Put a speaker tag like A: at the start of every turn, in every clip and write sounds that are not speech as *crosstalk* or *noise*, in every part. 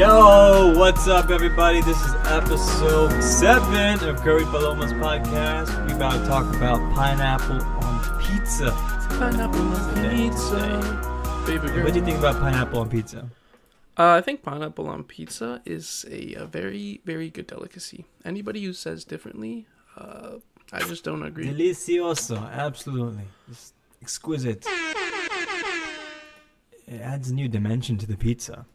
A: Yo, what's up, everybody? This is episode seven of Curry Palomas podcast. We about to talk about pineapple on pizza.
B: Pineapple on
A: Today,
B: pizza. Baby girl.
A: What do you think about pineapple on pizza?
B: Uh, I think pineapple on pizza is a, a very, very good delicacy. Anybody who says differently, uh, I just don't agree.
A: Delicioso, absolutely, Just exquisite. It adds a new dimension to the pizza.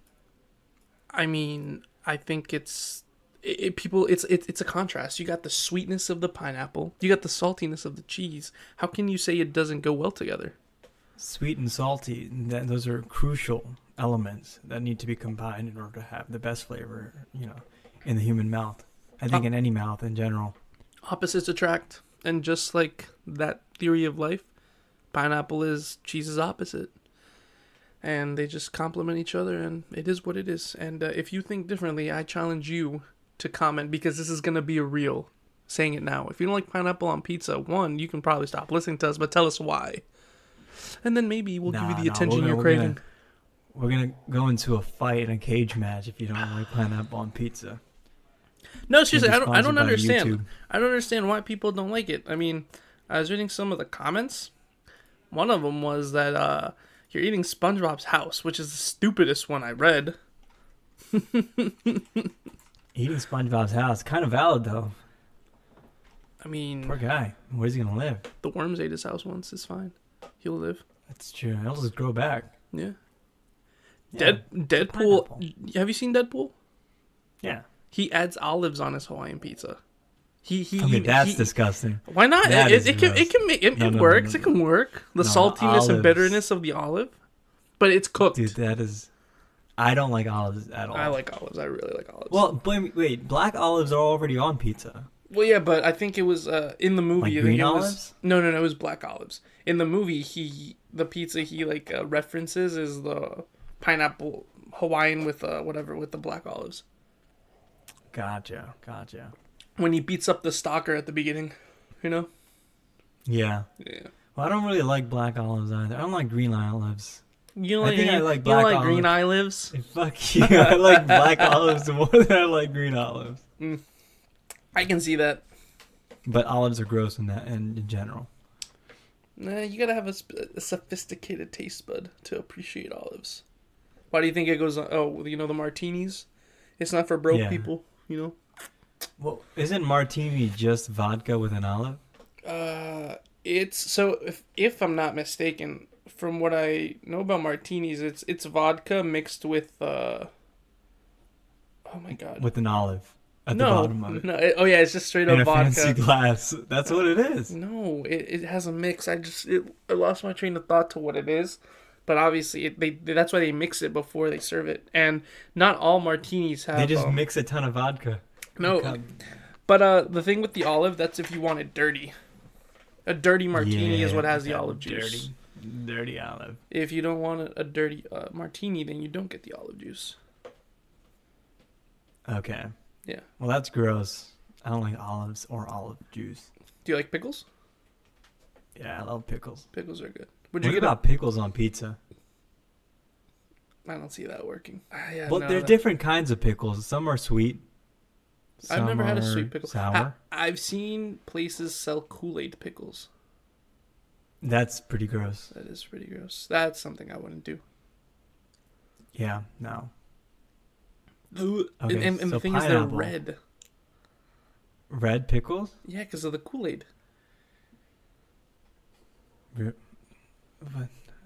B: I mean, I think it's it, it- people. It's it, it's a contrast. You got the sweetness of the pineapple. You got the saltiness of the cheese. How can you say it doesn't go well together?
A: Sweet and salty, that, those are crucial elements that need to be combined in order to have the best flavor, you know, in the human mouth. I think in any mouth in general.
B: Opposites attract, and just like that theory of life, pineapple is cheese's opposite. and they just complement each other and it is what it is and uh, if you think differently i challenge you to comment because this is going to be a real saying it now if you don't like pineapple on pizza one you can probably stop listening to us but tell us why and then maybe we'll
A: Nah,
B: give you the
A: nah,
B: attention
A: we're
B: you're
A: gonna-
B: craving
A: We're gonna go into a fight in a cage match if you don't like pineapple on pizza.
B: no seriously i
A: Maybe
B: don't, I don't
A: sponsored by
B: understand
A: YouTube.
B: i don't understand why people don't like it i mean i was reading some of the comments one of them was that uh, you're eating spongebob's house which is the stupidest one i read
A: Eating SpongeBob's house, kind of valid though.
B: i mean
A: Poor guy. Where's he gonna live?
B: the worms ate his house once it's fine he'll live
A: That's true. He'll just grow back.
B: Yeah.
A: Yeah.
B: Dead Deadpool.
A: pineapple.
B: Have you seen Deadpool?
A: Yeah.
B: He adds olives on his Hawaiian pizza. He he.
A: Okay,
B: he-
A: that's
B: he-
A: disgusting.
B: Why not?
A: that
B: It,
A: is
B: it, it can
A: gross.
B: it can make it,
A: No,
B: it
A: no, no,
B: works.
A: no,
B: It can work. The
A: No,
B: saltiness
A: olives.
B: and bitterness of the olive, but it's cooked.
A: Dude, that is I don't like olives at all.
B: I like olives. I really like olives.
A: Well, blame wait, black olives are already on pizza.
B: Well, yeah, but I think it was uh, in the movie.
A: Like
B: I think
A: green
B: it was-
A: olives?
B: No, no, no. It was black olives. In the movie, he the pizza he like uh, references is the pineapple Hawaiian with uh, whatever with the black olives.
A: Gotcha, gotcha.
B: When he beats up the stalker at the beginning, you know.
A: Yeah.
B: Yeah.
A: Well, I don't really like black olives either. I don't like green olives.
B: You
A: I
B: like,
A: think I
B: you,
A: like
B: you
A: black
B: like green olives?
A: Fuck *laughs* you. I like black olives more than I like green olives.
B: I can see that.
A: But olives are gross in that in, in general.
B: Nah, you gotta have a, sp- a sophisticated taste bud to appreciate olives. Why do you think it goes on? Oh, you know, the martinis? It's not for broke
A: Yeah.
B: people, you know?
A: Well, isn't martini just vodka with an olive?
B: Uh, it's so if if I'm not mistaken, from what I know about martinis, it's it's vodka mixed with uh. Oh my god!
A: With an olive at the
B: no,
A: bottom of it.
B: no. It, oh yeah, it's just straight
A: in
B: up
A: a
B: vodka.
A: fancy glass. That's what it is.
B: No, it, it has a mix. I just it, I lost my train of thought to what it is, but obviously it, they that's why they mix it before they serve it, and not all martinis have.
A: They just
B: um,
A: mix a ton of vodka.
B: no,
A: God.
B: but uh, the thing with the olive that's if you want it dirty. A dirty martini is
A: Yeah,
B: what has the
A: that
B: olive juice.
A: Dirty, dirty olive.
B: If you don't want a, a dirty uh, martini, then you don't get the olive juice.
A: Okay.
B: Yeah.
A: Well, that's gross. I don't like olives or olive juice.
B: Do you like pickles?
A: Yeah, I love pickles.
B: Pickles are good. Would you
A: What
B: get? I
A: about pickles on pizza?
B: I don't see that working. Ah, yeah,
A: Well,
B: no,
A: there are
B: that-
A: different kinds of pickles. Some are sweet.
B: I've never
A: some
B: had a
A: are
B: sweet pickle.
A: Sour.
B: I, I've seen places sell Kool Aid pickles.
A: That's pretty gross.
B: That is pretty gross. That's something I wouldn't do.
A: Yeah, no.
B: And-
A: Okay,
B: and and
A: so
B: the thing is, they're
A: pineapple.
B: red.
A: Red pickles?
B: Yeah, because of the Kool Aid.
A: But,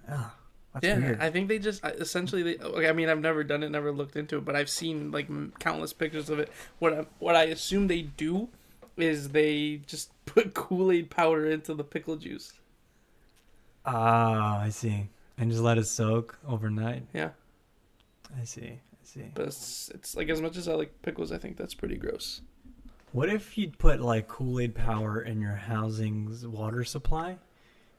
A: ah, that's
B: Yeah,
A: weird.
B: I think they just I- essentially. They, okay, I mean, I've never done it, never looked into it, but I've seen like m- countless pictures of it. What I, what I assume they do is they just *laughs* put Kool Aid powder into the pickle juice.
A: Ah, I see. And just let it soak overnight.
B: Yeah,
A: I see. I see.
B: but it's, it's like as much as I like pickles, I think that's pretty gross. *laughs*
A: What if you'd put like Kool Aid power in your housing's water supply,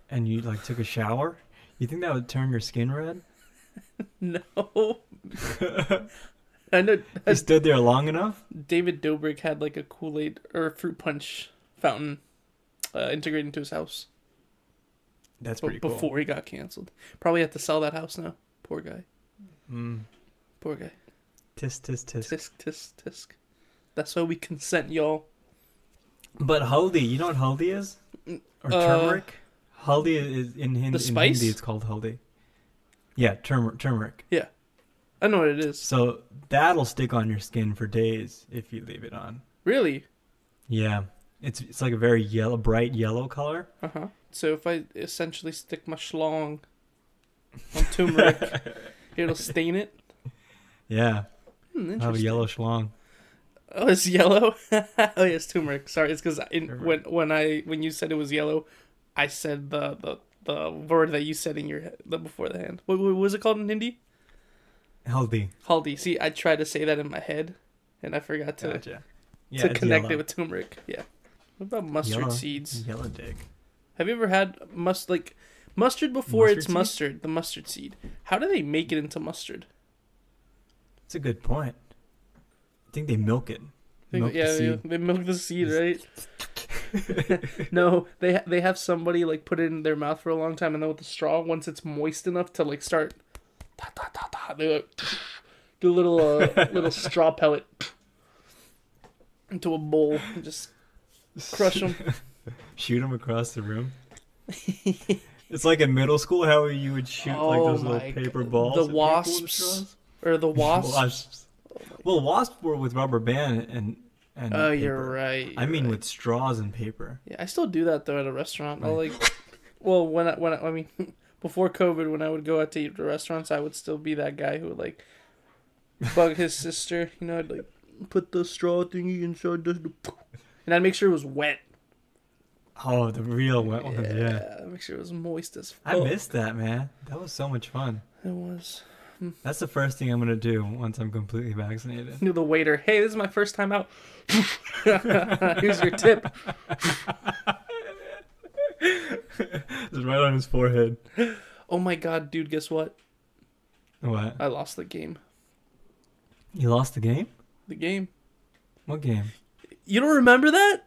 A: and you like took a shower? You think that would turn your skin red? *laughs*
B: No, I know *laughs*
A: You stood there long enough.
B: David Dobrik had like a Kool Aid or fruit punch fountain uh, integrated into his house
A: That's
B: b-
A: pretty cool.
B: before he got canceled. Probably have to sell that house now. Poor guy.
A: Mm.
B: Poor guy.
A: Tisk tisk tisk.
B: Tisk tisk tisk. That's why we consent, y'all.
A: But haldi, you know what haldi is? Or
B: Uh,
A: turmeric? Haldi is in, Hin- in
B: the
A: Hindi.
B: spice?
A: It's called haldi. Yeah, turmer- turmeric.
B: I know what it is.
A: So that'll stick on your skin for days if you leave it on.
B: Really?
A: Yeah, it's it's like a very yellow, bright yellow color.
B: Uh huh. So if I essentially stick my schlong on
A: *laughs*
B: turmeric, it'll stain it.
A: Yeah, I
B: Hmm,
A: have a
B: interesting.
A: yellow schlong.
B: Oh, it's yellow. *laughs* oh, yeah, it's turmeric. Sorry, it's because
A: Turmeric.
B: when when I when you said it was yellow, I said the the, the word that you said in your head the before the hand. What, what was it called in Hindi?
A: Haldi.
B: Haldi. See, I tried to say that in my head, and I forgot to
A: Gotcha. Yeah,
B: to
A: it's
B: connect
A: yellow.
B: it with turmeric. Yeah. What about mustard
A: Yellow.
B: seeds?
A: yellow dick.
B: Have you ever had must like mustard before
A: Mustard
B: it's
A: seed?
B: mustard? The mustard seed. How do they make it into mustard?
A: It's a good point. I think they milk it.
B: They-
A: Milk the
B: yeah, they-
A: seed.
B: They, milk the seed, right? *laughs* no, they ha- they have somebody like put it in their mouth for a long time, and then with the straw, once it's moist enough to like start, da, da, da, da, they like, *laughs* do a little
A: *laughs*
B: uh, little straw pellet into a bowl and just crush them.
A: Shoot them across the room. it's like in middle school how you would shoot like
B: Oh
A: those
B: my
A: little paper
B: g-
A: balls.
B: the
A: at people with
B: wasps.
A: straws. *laughs*
B: or the wasp.
A: wasps. Well, wasps were with rubber band and and.
B: Oh,
A: paper.
B: you're right.
A: I
B: you're
A: mean,
B: right.
A: with straws and paper.
B: Yeah, I still do that though at a restaurant.
A: *laughs*
B: I'll like, well, when I when I, I mean, *laughs* before COVID, when I would go out to eat to restaurants, I would still be that guy who would like
A: *laughs*
B: bug his sister. You know, I'd like put the straw thingy inside the, and I'd make sure it was wet.
A: Oh, the real wet ones. Yeah.
B: make sure it was moist as fuck.
A: I missed that, man. That was so much fun.
B: it. Was
A: That's the first thing I'm gonna do once I'm completely vaccinated. *laughs*
B: knew the waiter. Hey, this is my first time out. *laughs* Here's your tip.
A: It's right on his forehead.
B: Oh my god, dude! Guess what?
A: What?
B: I lost the game.
A: You lost the game?
B: The game.
A: What game?
B: You don't remember that?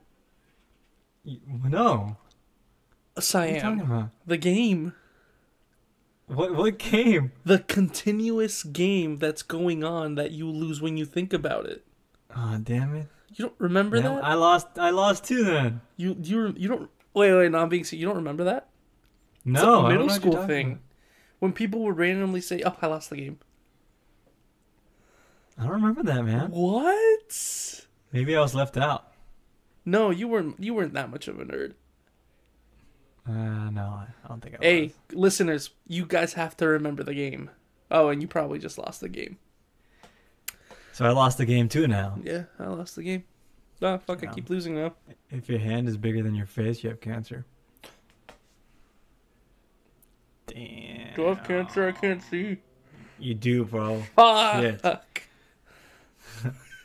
A: You, no. What are you talking
B: Siam.
A: about?
B: The game.
A: What what game?
B: the continuous game that's going on that you lose when you think about it.
A: Oh damn it!
B: You don't remember
A: Now-
B: that?
A: I lost. I lost too then.
B: You you re- you don't wait wait no I'm being serious. You don't remember that?
A: No,
B: it's like
A: I
B: a
A: don't
B: middle
A: know what you're
B: school
A: talking
B: thing. When people would randomly say, "Oh, I lost the game."
A: about. I don't remember that, man.
B: What?
A: Maybe I was left out.
B: No, you weren't. You weren't that much of a nerd.
A: Uh, no, I don't think I was.
B: Hey, listeners, you guys have to remember the game. Oh, and you probably just lost the game.
A: So I lost the game too now.
B: Yeah, I lost the game. Oh, fuck! I
A: No.
B: keep losing now.
A: If your hand is bigger than your face, you have cancer. Damn.
B: Do I have cancer? I can't see.
A: You do, bro. Shit.
B: Fuck. *laughs*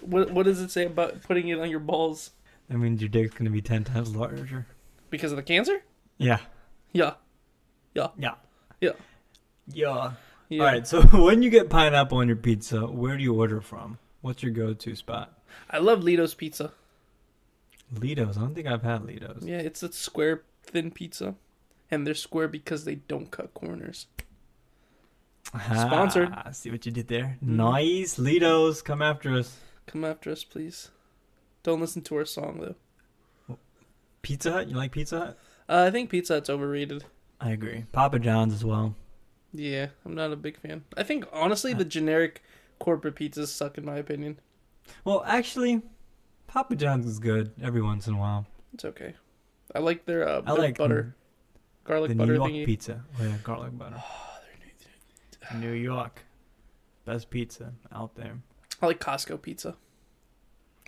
B: what what does it say about putting it on your balls
A: That means your dick's gonna be ten times larger.
B: because of the cancer?
A: Yeah.
B: Yeah.
A: Yeah.
B: Yeah.
A: Yeah.
B: Yeah.
A: All right. So *laughs* when you get pineapple on your pizza, where do you order from? What's your go-to spot?
B: I love Lito's pizza.
A: Lido's. I don't think I've had Lido's.
B: Yeah, it's a square thin pizza. And they're square because they don't cut corners. Sponsored.
A: Ah, see what you did there.
B: Mhm.
A: Nice. Lido's, come after us.
B: Come after us, please. Don't listen to our song though.
A: Pizza Hut. You like Pizza Hut?
B: Uh, I think Pizza Hut's overrated.
A: I agree. Papa John's as well.
B: Yeah, I'm not a big fan. I think honestly the generic corporate pizzas suck in my opinion.
A: Well, actually, Papa John's is good every once in a while.
B: It's okay. I like their uh
A: I
B: their
A: like
B: butter,
A: the
B: garlic
A: New
B: butter
A: York
B: thingy. Ah,
A: pizza with garlic butter. New York, best pizza out there.
B: I like Costco pizza.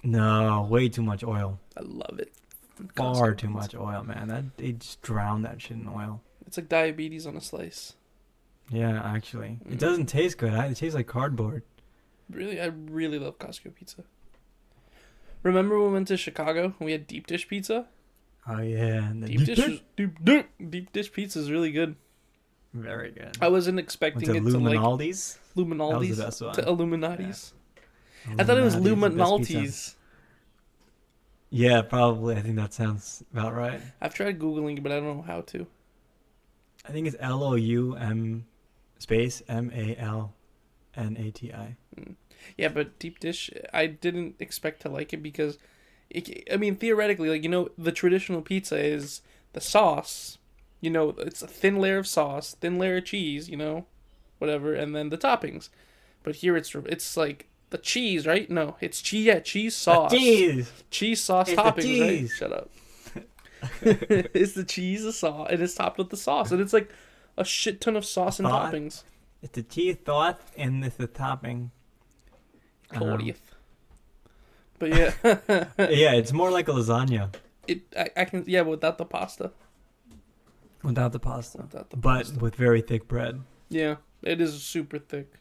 A: No, way too much oil.
B: I love it.
A: Far
B: Costco
A: too
B: pizza.
A: much oil, man. That they just drown that shit in oil.
B: It's like diabetes on a slice.
A: Yeah, actually,
B: Mm.
A: it doesn't taste good. I- It tastes like cardboard.
B: Really, I really love Costco pizza. Remember when we went to Chicago and we had deep dish pizza?
A: Oh yeah, and the
B: Deep dish, is, deep dish, deep dish pizza is really good.
A: very good.
B: I wasn't
A: Went
B: expecting
A: to
B: it to like
A: Luminaldi's. that was the
B: Luminaldi's
A: best one.
B: to Illuminati's. I thought it was
A: Luminaldi's, the best pizza.
B: Luminaldi's.
A: Yeah, probably. I think that sounds about right.
B: I've tried googling, but I don't know how to.
A: I think it's L O U M space M A L N A T I.
B: Yeah, but deep dish, I didn't expect to like it because, it, I mean, theoretically, like you know, the traditional pizza is the sauce. You know, it's a thin layer of sauce, thin layer of cheese. You know, whatever, and then the toppings. But here it's it's like the cheese, right? No, it's cheese. Yeah, cheese sauce,
A: Jeez.
B: cheese sauce
A: It's the
B: toppings. Right?
A: cheese.
B: Shut up. *laughs* it's the cheese, the sauce, and it's topped with the sauce, and it's like a shit ton of sauce and
A: Thought.
B: toppings.
A: It's the cheese thought and it's the topping. Um,
B: Fortieth. But yeah. *laughs*
A: yeah, it's more like a lasagna
B: It, I, I can, yeah, without the pasta,
A: without the pasta,
B: without the
A: but
B: pasta.
A: with very thick bread.
B: Yeah, it is super thick.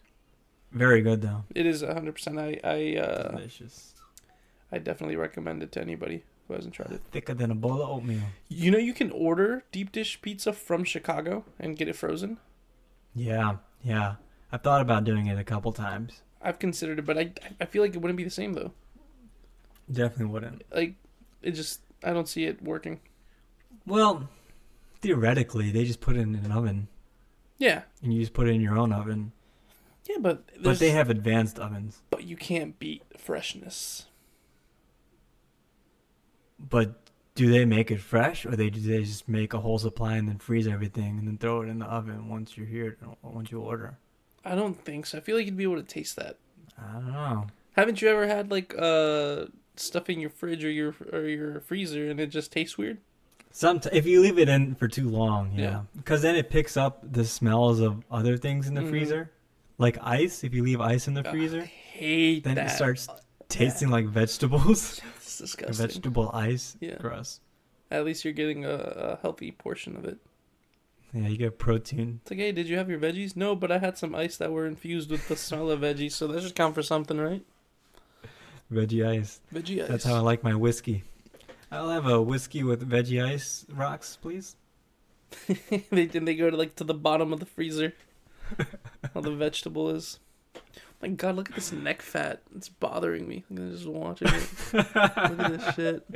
A: Very good though.
B: It is 100%. I, I, uh,
A: Delicious.
B: I definitely recommend it to anybody who hasn't tried it.
A: Thicker than a bowl of oatmeal.
B: You know, you can order deep dish pizza from Chicago and get it frozen.
A: Yeah, yeah. I've thought about doing it a couple times.
B: I've considered it, but I, I feel like it wouldn't be the same though.
A: Definitely wouldn't.
B: Like, it just, I don't see it working.
A: Well, theoretically, they just put it in an oven,
B: Yeah,
A: and you just put it in your own oven.
B: yeah, but
A: But
B: there's-
A: they have advanced ovens.
B: but you can't beat freshness.
A: But do they make it fresh, or they do they just make a whole supply and then freeze everything and then throw it in the oven once you're here, once you order?
B: I don't think so. I feel like you'd be able to taste that.
A: I don't know.
B: Haven't you ever had like uh stuff in your fridge or your or your freezer and it just tastes weird?
A: Some if you leave it in for too long,
B: Yeah.
A: yeah, because then it picks up the smells of other things in the
B: Mhm.
A: freezer, like ice. If you leave ice in the
B: Ugh, I
A: freezer,
B: hate
A: Ah, then
B: that.
A: it starts tasting like vegetables. *laughs*
B: It's
A: Or
B: disgusting.
A: vegetable ice.
B: Yeah.
A: Gross.
B: At least you're getting a, a healthy portion of it.
A: Yeah, you get protein.
B: It's like, hey, did you have your veggies? No, but I had some ice that were infused with the smell of veggies, so that should count for something, right?
A: Veggie ice.
B: Veggie ice.
A: That's how I like my whiskey. I'll have a whiskey with veggie ice rocks, please.
B: *laughs*
A: *laughs*
B: they then they go to like to the bottom of
A: *laughs*
B: the freezer. All the vegetable is. My God, look at this neck fat. It's bothering me. I'm just watching it. Look at this shit.
A: *laughs*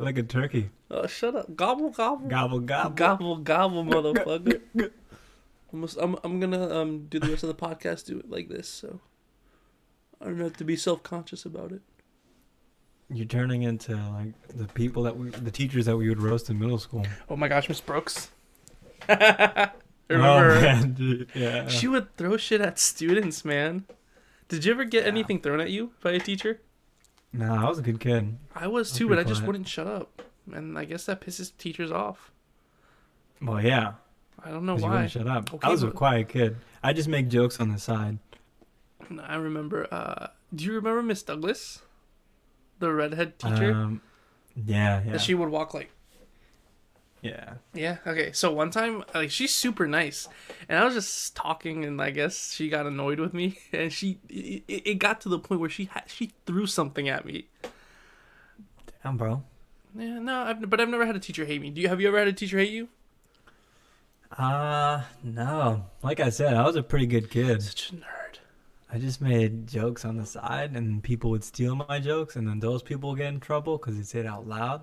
A: Like a turkey.
B: Oh, shut up. Gobble gobble.
A: Gobble gobble.
B: Gobble gobble, motherfucker. Almost, I'm I'm gonna um do the rest of the podcast do it like this, so I don't have to be self conscious about it.
A: You're turning into like the people that we, the teachers that we would roast in middle school.
B: Oh my gosh, Miss Brooks. *laughs* Remember, her?
A: Oh, man, dude, yeah.
B: she would throw shit at students, man. Did you ever get
A: Yeah.
B: anything thrown at you by a teacher?
A: No, I was a good kid.
B: I was
A: I'm
B: too, but I
A: pretty
B: just
A: quiet.
B: wouldn't shut up, and I guess that pisses teachers off.
A: Well, yeah.
B: I don't know
A: 'cause you
B: Oh, why.
A: wouldn't shut up.
B: Okay,
A: I was a
B: but-
A: quiet kid. I just make jokes on the side.
B: I remember. Uh, do you remember Miss Douglas, the redhead teacher?
A: Um, yeah, yeah.
B: That she would walk like
A: yeah.
B: Yeah. Okay. So one time, like she's super nice, and I was just talking, and I guess she got annoyed with me, *laughs* and she it, it it got to the point where she ha- she threw something at me.
A: Damn, bro.
B: Yeah. No. I've, but I've never had a teacher hate me. Do you? Have you ever had a teacher hate you?
A: Uh, no. Like I said, I was a pretty good kid.
B: Such a nerd.
A: I just made jokes on the side, and people would steal my jokes, and then those people would get in trouble because they said it out loud.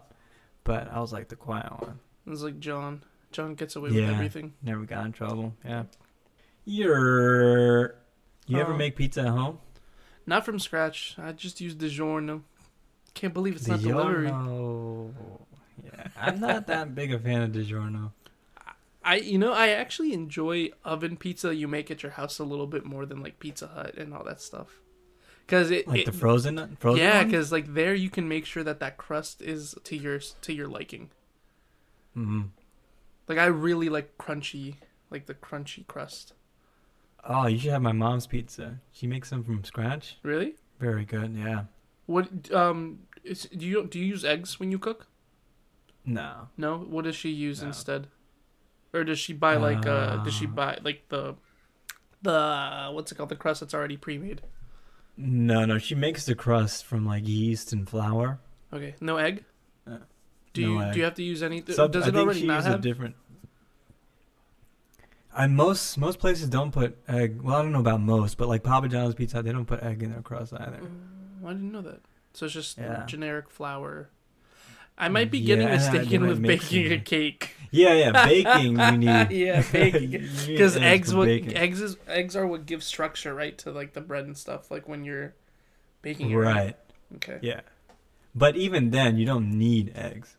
A: But I was like the quiet one.
B: It was like John. John gets away
A: Yeah.
B: with everything.
A: Never got in trouble. Yeah. You're. You ever
B: Oh.
A: make pizza at home?
B: Not from scratch. I just used DiGiorno. Can't believe it's not delivery.
A: DiGiorno. Yeah, I'm not that big a fan of DiGiorno.
B: I you know I actually enjoy oven pizza you make at your house a little bit more than like Pizza Hut and all that stuff. Cause it
A: Like
B: it,
A: the frozen, frozen.
B: yeah,
A: one?
B: because like there you can make sure that that crust is to your to your liking.
A: Mhm.
B: Like I really like crunchy, like the crunchy crust.
A: Oh, you should have my mom's pizza. She makes them from scratch.
B: Really?
A: Very good. Yeah.
B: What um is, do you do you use eggs when you cook?
A: No.
B: No. What does she use
A: No.
B: instead? Or does she buy like uh does she
A: Uh,
B: buy like the the what's it called the crust that's already pre-made?
A: No, no. She makes the crust from like yeast and flour.
B: Okay, no egg.
A: Uh,
B: Do
A: no
B: you do
A: egg.
B: you have to use any? th-
A: Some-
B: does
A: I
B: it
A: think
B: already
A: she
B: not
A: used a
B: have?
A: different. I most most places don't put egg. Well, I don't know about most, but like Papa John's Pizza, Hut, they don't put egg in their crust either.
B: Mm, I didn't know that. So it's just
A: Yeah.
B: generic flour. I might be getting
A: Yeah, I
B: mistaken
A: might
B: with
A: mix
B: baking a
A: them.
B: cake.
A: Yeah, *laughs* yeah, baking
B: *laughs*
A: you need.
B: Yeah,
A: *laughs*
B: baking.
A: You need
B: Because eggs,
A: for
B: what
A: baking.
B: eggs is eggs are what gives structure, right, to like the bread and stuff. Like when you're baking it.
A: Right.
B: Okay.
A: Yeah. But even then, you don't need eggs.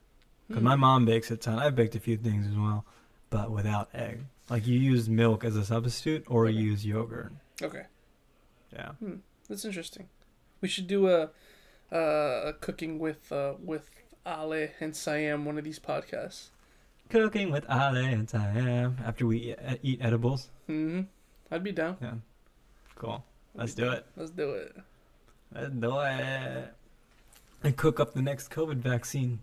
A: Because my
B: Hmm.
A: mom bakes a ton. I've baked a few things as well, but without egg. Like you use milk as a substitute or
B: Okay.
A: you use yogurt.
B: Okay,
A: Yeah.
B: that's interesting. We should do a, uh, a cooking with uh with Ale and Siam one of these podcasts.
A: Cooking with Ale and Sam after we e- eat edibles.
B: Hmm. I'd be down.
A: Yeah. Cool.
B: I'd
A: Let's
B: be
A: do
B: down.
A: it.
B: Let's do it. *laughs*
A: Let's do it. And cook up the next COVID vaccine.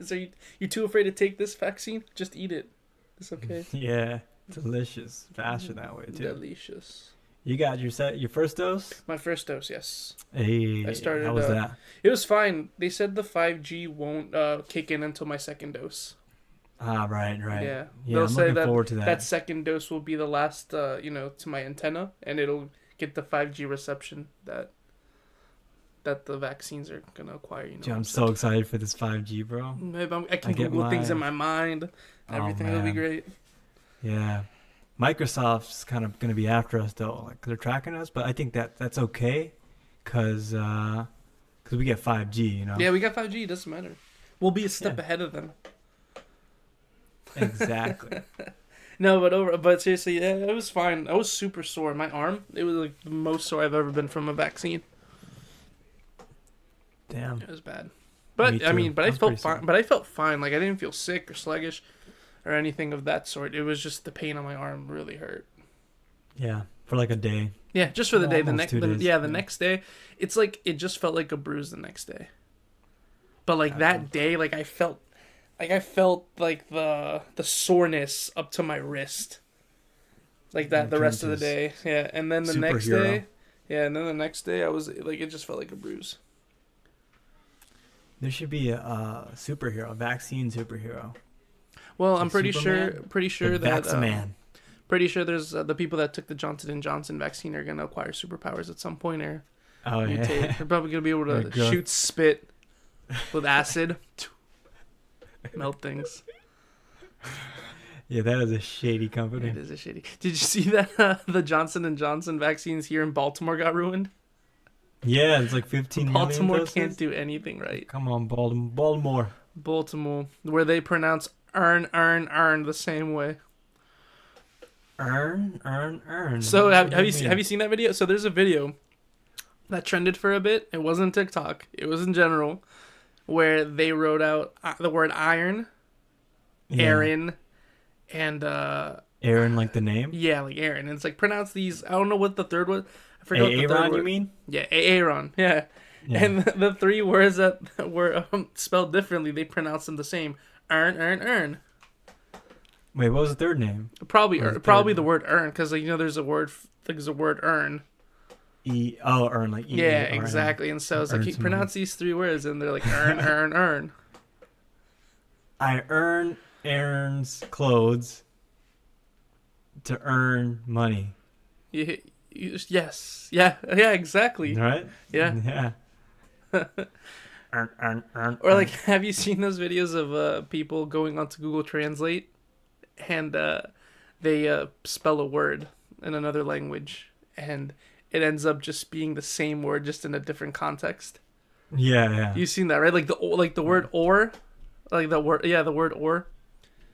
B: so you you're too afraid to take this vaccine? Just eat it. It's okay.
A: *laughs* Yeah. Delicious. Faster that way, too.
B: Delicious.
A: You got your set, your first dose?
B: My first dose, yes.
A: Hey,
B: I started,
A: How was
B: uh,
A: that?
B: It was fine. They said the 5G won't uh, kick in until my second dose.
A: Ah, right, right.
B: Yeah.
A: Yeah,
B: They'll
A: I'm
B: say
A: looking
B: that-
A: forward to that.
B: That second dose will be the last, uh, you know, to my antenna, and it'll get the 5G reception that that the vaccines are gonna acquire. You know,
A: Dude, I'm so excited for this 5G, bro.
B: Maybe I'm, I can
A: I get
B: Google things in
A: my-
B: my mind.
A: Oh,
B: Everything will be
A: man.
B: great.
A: Yeah. Microsoft's kind of going to be after us though. Like they're tracking us, but I think that that's okay cuz uh cuz we get 5G, you know.
B: Yeah, *laughs* we got 5G. It doesn't matter. We'll be a step
A: Yeah.
B: ahead of them.
A: Exactly.
B: No, but over, but seriously, yeah, it was fine. I was super sore. My arm, it was like the most sore I've ever been from a vaccine.
A: Damn.
B: It was bad.
A: Oh. Me
B: But I
A: too.
B: mean, but
A: I
B: I
A: was
B: felt
A: pretty
B: fine.
A: sick.
B: But I felt fine. Like I didn't feel sick or sluggish, or anything of that sort. It was just the pain on my arm really hurt.
A: Yeah, for like a day.
B: Yeah, just for the day. The
A: Almost
B: next,
A: two
B: the,
A: days,
B: yeah, the
A: yeah.
B: next day, it's like it just felt like a bruise the next day. But like that day, like I felt, like I felt like the the soreness up to my wrist, like that
A: You
B: the
A: turned
B: rest of the
A: to
B: day. Yeah, and then the next
A: superhero.
B: day, yeah, and then the next day, I was like, it just felt like a bruise.
A: There should be a, uh superhero, a vaccine superhero.
B: Well,
A: Like
B: I'm pretty sure,
A: Superman?
B: pretty sure
A: the
B: that uh,
A: Vaxman.
B: pretty sure there's uh, the people that took the Johnson and Johnson vaccine are gonna acquire superpowers at some point or
A: Oh
B: mutate.
A: yeah.
B: They're probably gonna
A: *laughs*
B: be able
A: Or
B: to
A: growth.
B: shoot spit
A: *laughs*
B: with acid, melt things.
A: yeah, that is a shady company.
B: It is a shitty. Did you see that uh, the Johnson and Johnson vaccines here in Baltimore got ruined?
A: Yeah, it's like 15 million
B: Baltimore
A: doses.
B: can't do anything right.
A: Come on, Baltimore. Baltimore.
B: Baltimore, where they pronounce earn, earn, earn the same way.
A: Earn, earn, earn.
B: So
A: What
B: have,
A: do
B: have you seen,
A: mean?
B: have you seen that video? So there's a video that trended for a bit. It wasn't TikTok. It was in general, where they wrote out uh, the word iron,
A: Yeah.
B: Aaron, and uh
A: Aaron like the name?
B: yeah, like Aaron. And it's like pronounce these. I don't know what the third was. I forgot what the third
A: Aaron,
B: word-
A: you mean?
B: Yeah, Aaron. Yeah.
A: Yeah.
B: And the, the three words that were um, spelled differently, they pronounced them the same. Earn, earn, earn.
A: Wait, what was the third name?
B: Probably,
A: Or the
B: earn, probably
A: third
B: the word earn, because like, you know, there's a word, f- there's a word earn.
A: E oh, earn like E.
B: Yeah,
A: E- earn.
B: exactly. And so it's like
A: Earn
B: you
A: some
B: pronounce these three words, and they're like earn, earn, earn.
A: I earn Aaron's clothes to earn money.
B: You, you, yes, yeah, yeah, exactly.
A: Right?
B: Yeah.
A: Yeah.
B: *laughs*
A: earn, earn, earn.
B: Or like, *laughs* have you seen those videos of uh, people going onto Google Translate, and uh, they uh, spell a word in another language, and it ends up just being the same word, just in a different context.
A: earn. Yeah, yeah.
B: You've seen that, right? Like the o- like the word or, like the word yeah, the word or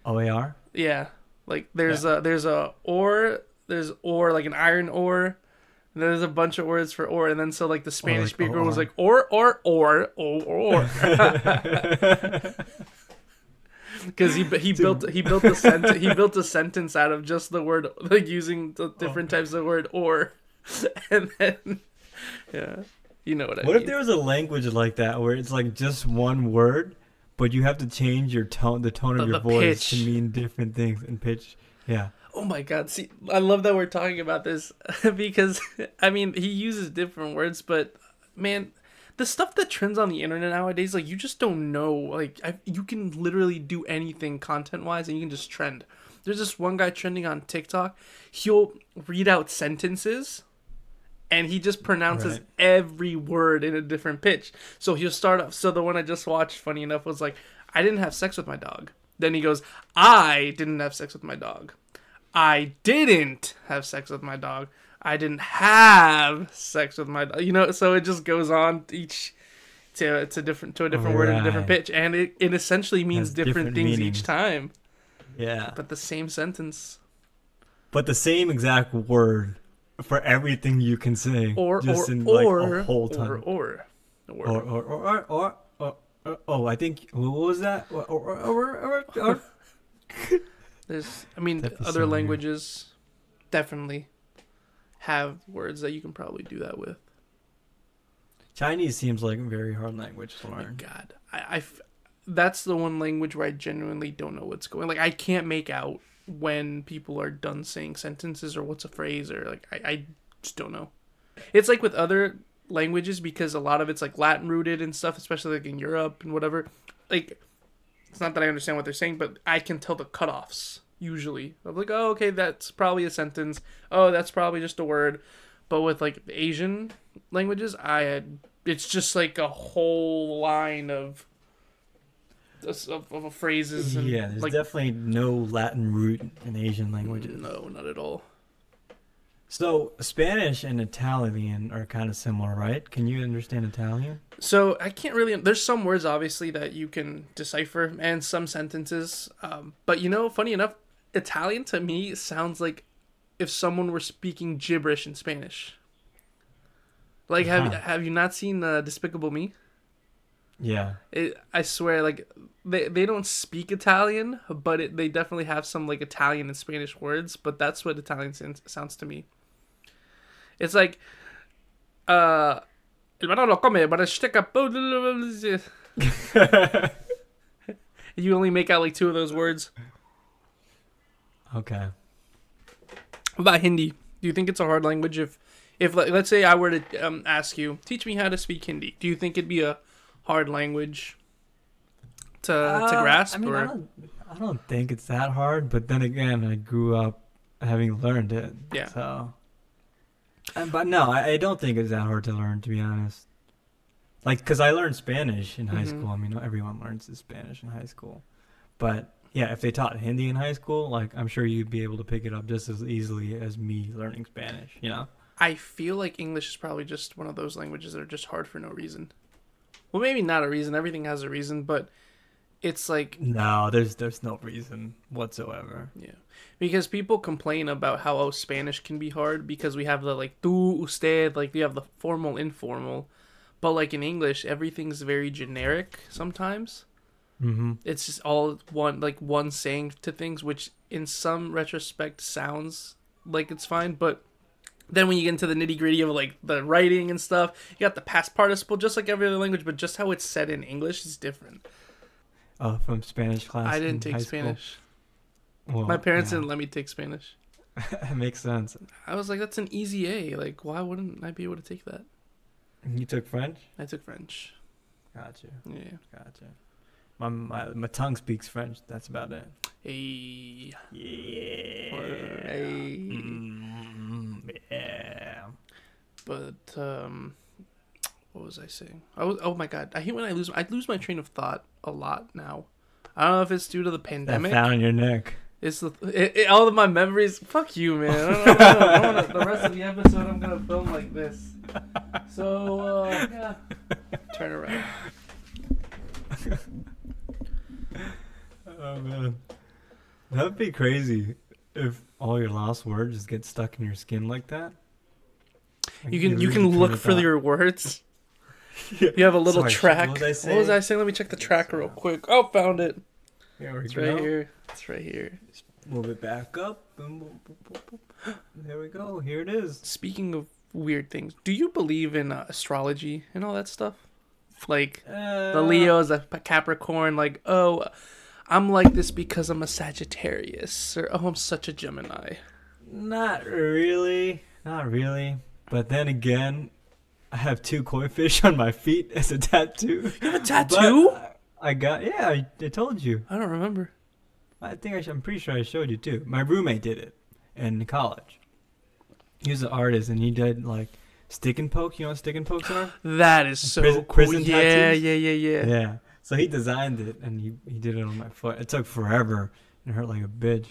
A: OAR?
B: yeah. Like there's a there's a or there's or like an iron ore. And there's a bunch of words for or, and then so like the Spanish
A: like,
B: speaker was
A: or.
B: like or or or or or. *laughs* because he he built he built a sentence he built a sentence out of just the word like using the different types of word or, *laughs* and then yeah, you know what I
A: What if
B: mean.
A: there was a language like that where it's like just one word, but you have to change your tone, the tone of
B: The-
A: your
B: the
A: voice
B: pitch.
A: to mean different things and pitch? Yeah.
B: Oh my god! See, I love that we're talking about this *laughs* because I mean he uses different words, but man, the stuff that trends on the internet nowadays, like you just don't know. Like I, you can literally do anything content wise, and you can just trend. There's this one guy trending on TikTok. He'll read out sentences, and he just pronounces every word in a different pitch. So he'll start off. So the one I just watched, funny enough, was like, I didn't have sex with my dog. Then he goes, I didn't have sex with my dog. I didn't have sex with my dog. I didn't have sex with my dog. You know, so it just goes on each to it's a different to a different word and a different
A: Right.
B: pitch, and it, it essentially means
A: Has different
B: different, things
A: meanings.
B: each time,
A: Yeah.
B: but the same sentence.
A: But the same exact word for everything you can say.
B: Or
A: just
B: or
A: in like
B: or,
A: a whole ton.
B: or or
A: or
B: or
A: or or or, or, or, or oh, I think what was that? Or, or, or, or, or,
B: *laughs*
A: or.
B: There's, I mean,
A: That'd be so
B: other
A: weird.
B: languages definitely have words that you can probably do that with.
A: Chinese seems like a very hard language to learn.
B: God, I, I f- that's the one language where I genuinely don't know what's going. Like, I can't make out when people are done saying sentences or what's a phrase or like I, I just don't know. It's like with other languages because a lot of it's like Latin rooted and stuff, especially like in Europe and whatever. Like, it's not that I understand what they're saying, but I can tell the cutoffs usually. I'm like, oh, okay, that's probably a sentence. Oh, that's probably just a word. But with like Asian languages, I had it's just like a whole line of of, of, of phrases. And
A: Yeah, there's
B: like,
A: definitely no Latin root in Asian languages.
B: no, not at all.
A: So Spanish and Italian are kind of similar, right? Can you understand Italian?
B: So I can't really. There's some words obviously that you can decipher and some sentences. Um, but you know, funny enough, Italian to me sounds like if someone were speaking gibberish in Spanish. Like have
A: Huh.
B: have you not seen uh, Despicable Me?
A: Yeah.
B: It, I swear, like they they don't speak Italian, but it, they definitely have some like Italian and Spanish words. But that's what Italian sounds, sounds to me. It's like, uh, el verano lo come, but a stick You only make out like two of those words.
A: Okay.
B: What about Hindi? Do you think it's a hard language? If, if like, let's say I were to um, ask you, teach me how to speak Hindi. Do you think it'd be a hard language to Uh, to grasp?
A: Uh, Um, I mean,
B: or
A: I don't, I don't think it's that hard, but then again, I grew up having learned it.
B: Yeah.
A: So. And, Uh, but no, I, I don't think it's that hard to learn, to be honest. Like, because I learned Spanish in high
B: Mhm.
A: school. I mean, everyone learns Spanish in high school. But yeah, if they taught Hindi in high school, like, I'm sure you'd be able to pick it up just as easily as me learning Spanish, you know?
B: I feel like English is probably just one of those languages that are just hard for no reason. Well, maybe not a reason. Everything has a reason, but it's like
A: No, there's there's no reason whatsoever.
B: yeah, because people complain about how oh, Spanish can be hard because we have the like tú, usted, like you have the formal, informal, but like in English, everything's very generic sometimes.
A: Mm-hmm.
B: It's just all one like one saying to things, which in some retrospect sounds like it's fine, but then when you get into the nitty gritty of like the writing and stuff, you got the past participle, just like every other language, but just how it's said in English is different.
A: Oh, from Spanish class.
B: I
A: in
B: didn't take
A: high school.
B: Spanish.
A: Well,
B: My parents
A: yeah.
B: didn't let me take Spanish.
A: *laughs* That makes sense.
B: I was like, that's an easy A. Like, why wouldn't I be able to take that?
A: You took French?
B: I took French.
A: Gotcha,
B: Yeah.
A: gotcha. My my, my tongue speaks French. That's about it.
B: A.
A: Yeah.
B: A.
A: Mm, yeah.
B: But um, what was I saying? I was, oh my god, I hate when I lose. I lose my train of thought a lot now. I don't know if it's due to the
A: That
B: pandemic.
A: found in your neck.
B: It's the it, it, all of my memories. Fuck you, man. I don't, I don't, I don't wanna, the rest of the episode, I'm gonna film like this.
A: *laughs*
B: So uh, yeah, turn around.
A: Oh man, that'd be crazy if all your lost words just get stuck in your skin like that. Like,
B: You can you
A: lose
B: can
A: your
B: look
A: train of
B: for
A: thought.
B: your words.
A: *laughs* Yeah.
B: You have a little
A: Sorry,
B: track.
A: What was I saying?
B: What was I saying? Let me check the track real quick. Oh, found it.
A: Here we
B: It's
A: go.
B: right here. It's right here.
A: Move it back up. and boop, boop, boop, boop. *gasps* There we go. Here it is.
B: Speaking of weird things, do you believe in uh, astrology and all that stuff? Like
A: Uh,
B: the Leos, the P- Capricorn, like, oh, I'm like this because I'm a Sagittarius, or oh, I'm such a Gemini.
A: Not really. Not really. But then again, I have two koi fish *laughs* on my feet as a tattoo.
B: You have a
A: But
B: tattoo?
A: I I got yeah. I, I told you.
B: I don't remember.
A: I think I sh- I'm pretty sure I showed you too. My roommate did it in college. He was an artist, and he did like Stick and poke. You know what stick and pokes are?
B: That is so
A: Prison-
B: cool.
A: prison
B: yeah,
A: tattoos?
B: yeah, yeah, yeah,
A: yeah. So he designed it, and he he did it on my foot. It took forever and it hurt like a bitch.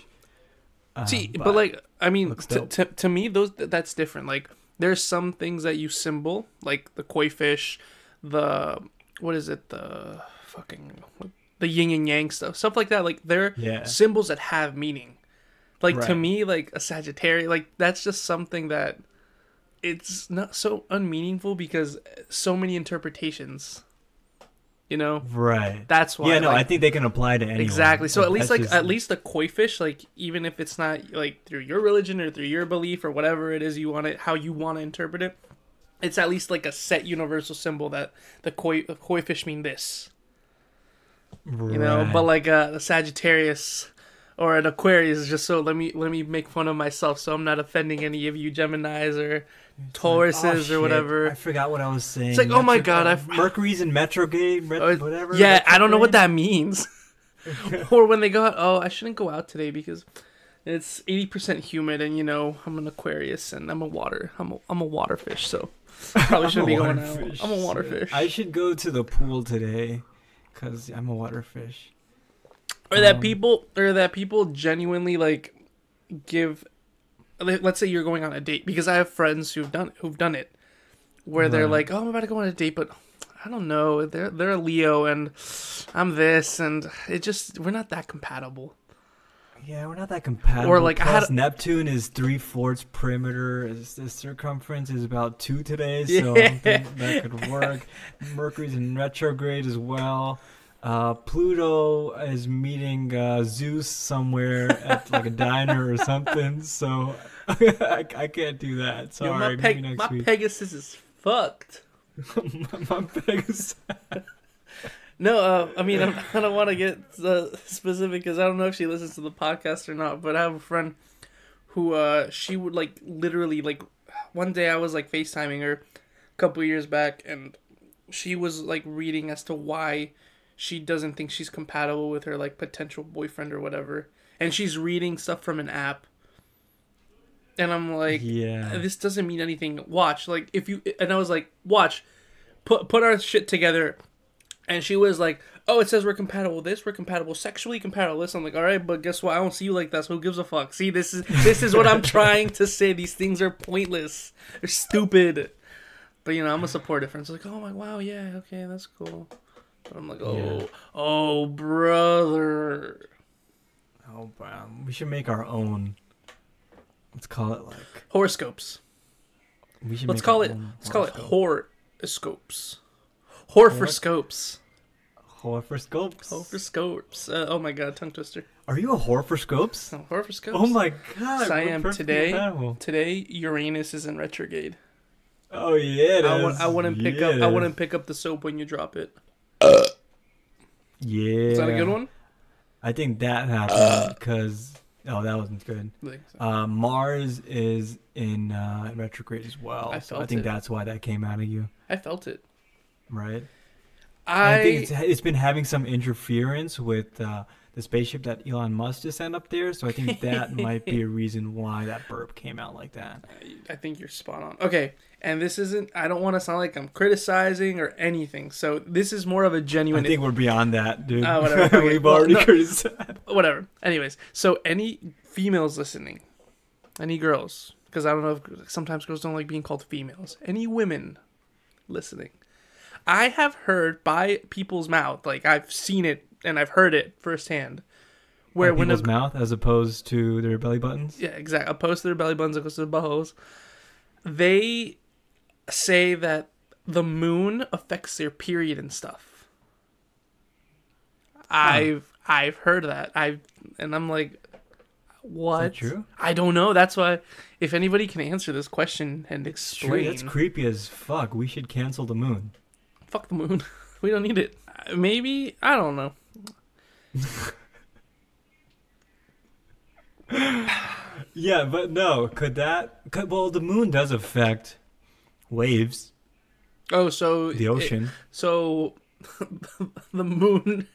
A: Uh,
B: See, but, like, I mean,
A: looks
B: to,
A: dope.
B: to, to me, those th- that's different. Like, there's some things that you symbol, like the koi fish, the what is it, the fucking the yin and yang stuff, stuff like that. Like, they're
A: Yeah.
B: symbols that have meaning. Like to
A: Right.
B: me, like a Sagittarius, like that's just something that it's not so unmeaningful because so many interpretations. You know,
A: right.
B: that's why.
A: yeah, no,
B: like,
A: I think they can apply to anyone.
B: Exactly. So at
A: that's
B: least like
A: just-
B: at least the koi fish, like even if it's not like through your religion or through your belief or whatever it is you want it, how you want to interpret it, it's at least like a set universal symbol that the koi the koi fish mean this,
A: right.
B: you know. But like a, a Sagittarius or an Aquarius is just so let me let me make fun of myself so I'm not offending any of you Gemini's or Tauruses
A: Oh,
B: or
A: shit,
B: whatever.
A: I forgot what I was saying.
B: like, oh my
A: Metro-
B: God, I've-
A: Mercury's in retrograde, ret-
B: Or-
A: whatever.
B: Yeah, I don't know what that means. or when they go out, oh, I shouldn't go out today because it's 80% humid and you know, I'm an Aquarius and I'm a water. I'm a, I'm a water fish, so probably
A: *laughs*
B: shouldn't be going out.
A: waterfish.
B: I'm a water fish.
A: I should go to the pool today because I'm a water fish.
B: or that
A: um,
B: people or that people genuinely like give let- let's say you're going on a date because I have friends who've done who've done it where they're
A: Right.
B: like, "Oh, I'm about to go on a date, but I don't know. They're they're a Leo and I'm this and it just we're not that compatible."
A: Yeah, we're not that compatible.
B: Or, like, I had
A: Plus, Neptune is three fourths perimeter. Is the circumference is about two today, so I
B: Yeah.
A: don't think that could work. Mercury's in retrograde as well. Uh, Pluto is meeting uh, Zeus somewhere at like a diner or something, so *laughs* I, I can't do that.
B: Yo,
A: Sorry,
B: my,
A: maybe
B: Peg-
A: next
B: my
A: week.
B: Pegasus is fucked.
A: *laughs* my
B: *laughs*
A: Pegasus.
B: No, uh, I
A: *laughs*
B: mean I'm, I don't want to get uh, specific because I don't know if she listens to the podcast or not. But I have a friend who uh, she would like literally like one day I was like FaceTiming her a couple years back, and she was like reading as to why she doesn't think she's compatible with her like potential boyfriend or whatever, and she's reading stuff from an app. And I'm like,
A: Yeah.
B: this doesn't mean anything. Watch, like if you and I was like, watch, put put our shit together. And she was like, oh, it says we're compatible. This we're compatible sexually compatible. This I'm like, all right, but guess what? I don't see you like that. So who gives a fuck? See, this is this is what I'm trying to say. These things are pointless. They're stupid. But you know, I'm a supportive friend. So like, oh my wow, yeah, okay, that's cool. But I'm like, oh,
A: Yeah.
B: oh, brother.
A: Oh, wow. We should make our own. Let's call it like.
B: Horoscopes.
A: We should
B: Let's
A: make our
B: call it.
A: own
B: Let's call it
A: horoscope.
B: horoscopes. Whore for
A: Hor-
B: scopes.
A: Whore for scopes.
B: Whore for scopes. Uh, oh my god, tongue twister.
A: Are you a whore for scopes?
B: Oh, whore for scopes.
A: Oh my god!
B: I
A: we're
B: am
A: perfectly
B: today.
A: compatible.
B: Today Uranus is in retrograde.
A: Oh yeah, it
B: I,
A: is.
B: want, I wouldn't pick up.
A: Yeah.
B: I wouldn't pick up the soap when you drop it.
A: Yeah.
B: Is that a good one? Uh.
A: I think that happened because oh, that wasn't good.
B: Like,
A: Uh, Mars is in uh, retrograde as well,
B: I
A: so I
B: felt
A: think
B: it.
A: that's why that came out of you,
B: I felt it.
A: right?
B: I,
A: I think it's, it's been having some interference with uh, the spaceship that Elon Musk just sent up there, so I think that might
B: *laughs*
A: be a reason why that burp came out like that.
B: I think you're spot on. Okay, and this isn't. I don't want to sound like I'm criticizing or anything. So this is more of a
A: I
B: genuine.
A: think we're beyond that, dude. *laughs*
B: Ah, whatever, okay.
A: We've
B: Well,
A: already
B: no.
A: criticized.
B: whatever. Anyways, so any females listening, any girls, because I don't know if sometimes girls don't like being called females. Any women listening, I have heard by people's mouth, like I've seen it and I've heard it firsthand,
A: *laughs*
B: where
A: By
B: when a,
A: people's mouth as opposed to their belly buttons.
B: yeah, exactly, opposed to their belly buttons, opposed to their buttholes, they say that the moon affects their period and stuff. I've I've heard that. I've and I'm like, what?
A: true?
B: I don't know. That's why, if anybody can answer this question and
A: True,
B: explain,
A: that's creepy as fuck. We should cancel the moon.
B: fuck the moon. *laughs* we don't need it. Uh, Maybe I don't know.
A: Yeah, but no, could that? Could, well, the moon does affect waves,
B: Oh, so
A: the
B: it-
A: ocean.
B: *laughs* so the moon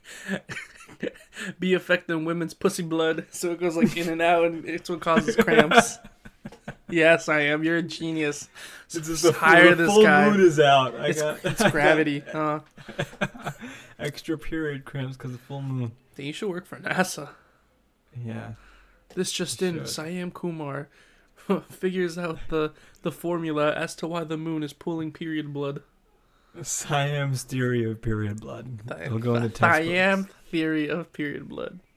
B: *laughs*
A: *laughs*
B: be affecting women's pussy blood, so it goes like in and out, and it's what causes cramps. Yes, I am. You're a genius.
A: This
B: Just
A: is the
B: hire
A: the
B: this
A: full
B: guy.
A: moon is out. I
B: It's, *laughs*
A: got *laughs*
B: it's gravity. Huh?
A: extra period cramps because the full moon.
B: Then you should work for NASA.
A: Yeah.
B: This just
A: You
B: in:
A: should.
B: Siam Kumar *laughs* figures out the the formula as to why the moon is pooling period blood.
A: Siam's theory of period blood. It'll go in the textbooks.
B: Siam theory of period blood.
A: *laughs*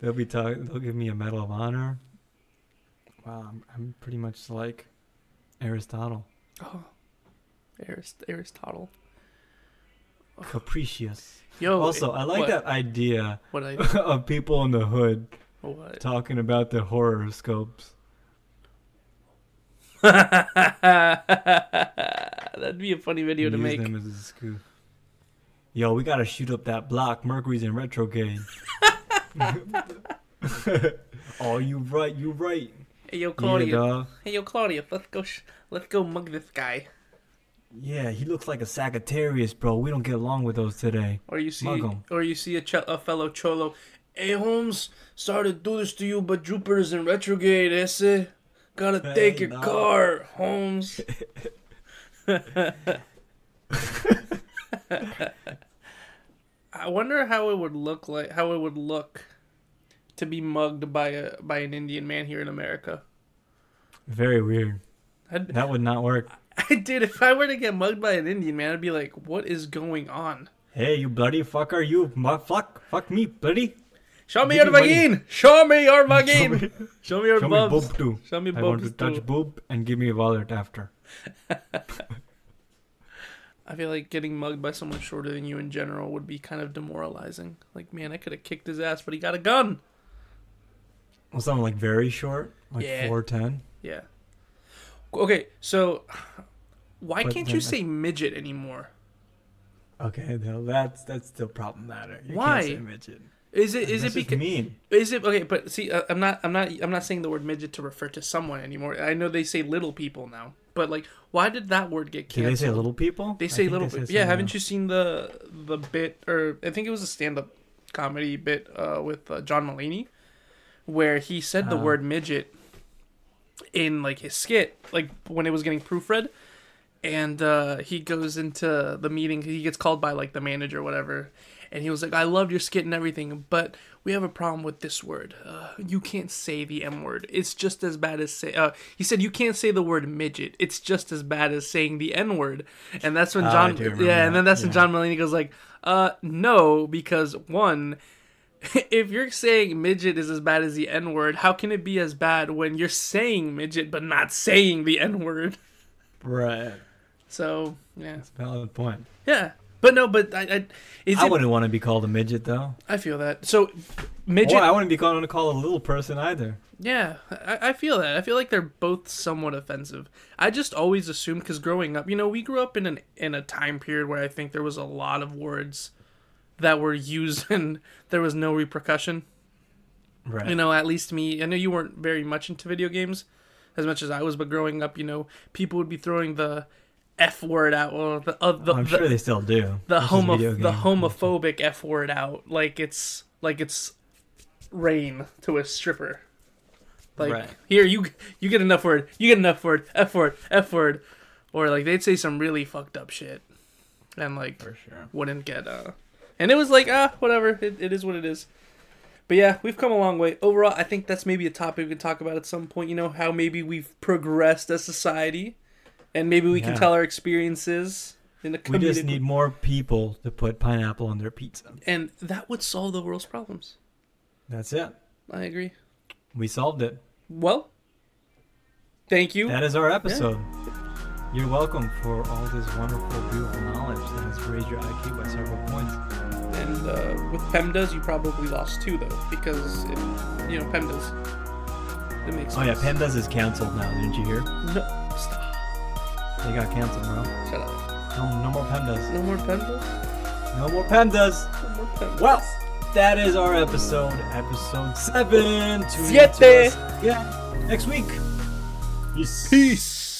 A: They'll be talking. They'll give me a medal of honor. Wow, I'm, I'm pretty much like Aristotle.
B: Oh, Arist- Aristotle.
A: Capricious.
B: Yo.
A: also, I like
B: Oh, what,
A: that idea *laughs*
B: What I
A: of people in the hood
B: what?
A: talking about the horoscopes.
B: *laughs* That'd be a funny video to
A: Use
B: make.
A: them as a scoop. Yo, we gotta shoot up that block. Mercury's in
B: *laughs*
A: retrograde. oh, you right, you right.
B: Hey yo, Claudia.
A: Yeah, dog.
B: Hey yo, Claudia. Let's go. Sh- let's go mug this guy.
A: yeah, he looks like a Sagittarius, bro. We don't get along with those today.
B: Or you see,
A: Mug 'em.
B: or you see a, ch- a fellow cholo. Hey Holmes, sorry to do this to you, but Jupiter's in retrograde. Ese, gotta
A: Hey,
B: take your
A: no.
B: car,
A: *laughs*
B: Holmes. *laughs* I wonder how it would look like. How it would look to be mugged by a by an Indian man here in America.
A: Very weird.
B: I'd,
A: That would not work.
B: *laughs* I did. If I were to get mugged by an Indian man, I'd be like, "What is going on?"
A: Hey, you bloody fucker, you mu- fuck, fuck me, bloody.
B: Show me
A: Give
B: your
A: me money.
B: vagin. Show me your *laughs* vagin. Show me your
A: Show me
B: bubs.
A: boob too.
B: Show me
A: I want to
B: bubs too.
A: touch boob and give me a wallet after.
B: I feel like getting mugged by someone shorter than you in general would be kind of demoralizing. Like, man, I could have kicked his ass, but he got a gun.
A: Well, someone like very short, like
B: Yeah.
A: four ten.
B: Yeah. Okay, so why
A: But
B: can't
A: then
B: you
A: I-
B: say midget anymore?
A: Okay, now that's that's still problematic. You
B: Why?
A: Can't say midget.
B: Is it is
A: That's
B: it
A: just
B: because
A: mean?
B: is it okay? But see, uh, I'm not I'm not I'm not saying the word midget to refer to someone anymore. I know they say little people now, but like, why did that word get
A: Do
B: canceled?
A: they say little people?
B: They
A: I
B: say
A: think
B: little.
A: say
B: yeah,
A: something
B: haven't
A: else.
B: you seen the the bit or I think it was a stand up comedy bit uh, with uh, John Mulaney, where he said the
A: Oh.
B: word midget in like his skit, like when it was getting proofread, and uh, he goes into the meeting. He gets called by like the manager, or whatever, and he was like, "I loved your skit and everything, but we have a problem with this word. Uh, you can't say the M word. It's just as bad as say." Uh, he said, "You can't say the word midget. It's just as bad as saying the N word." And that's when
A: Oh, I
B: John,
A: do
B: yeah,
A: remember
B: and then
A: that,
B: that's when
A: yeah.
B: John Mulaney goes like, "Uh, no, because one." *laughs* if you're saying midget is as bad as the N word, how can it be as bad when you're saying midget but not saying the N word? *laughs*
A: Right.
B: So yeah,
A: That's a valid point.
B: yeah, but no, but I, I is
A: I
B: it?
A: wouldn't want to be called a midget though.
B: I feel that. So midget,
A: Or I wouldn't be called to call a little person either.
B: yeah, I, I feel that. I feel like they're both somewhat offensive. I just always assumed because growing up, you know, we grew up in an in a time period where I think there was a lot of words that were used *laughs* and there was no repercussion.
A: Right.
B: you know at least me i know you weren't very much into video games as much as i was but growing up you know people would be throwing the f word out or the uh, the,
A: I'm
B: the,
A: sure they still do.
B: the
A: It's just
B: homo
A: video
B: the
A: game.
B: homophobic f word out like it's like it's rain to a stripper like
A: Right.
B: here you you get enough word you get enough word f word f word or like they'd say some really fucked up shit and like
A: For sure.
B: wouldn't get uh and it was like ah whatever it, it is what it is but yeah we've come a long way overall i think that's maybe a topic we can talk about at some point you know how maybe we've progressed as society and maybe we can
A: Yeah.
B: tell our experiences in a
A: We
B: comedic
A: just need more people to put pineapple on their pizza.
B: and that would solve the world's problems
A: That's it.
B: i agree
A: We solved it.
B: well thank you
A: That is our episode. You're welcome for all this wonderful, beautiful knowledge that has raised your IQ by several points.
B: and uh, with pemdas you probably lost two though because it, you know pemdas it makes
A: Oh yeah,
B: sense.
A: Pandas is canceled now. Didn't you hear?
B: no stop
A: They got canceled, bro.
B: shut up
A: No, no more Pandas.
B: no more pemdas
A: No more Pandas.
B: no more pemdas
A: Well, that is our episode, episode seven. Tune in to
B: Siete.
A: us again next week. Peace.
B: Peace.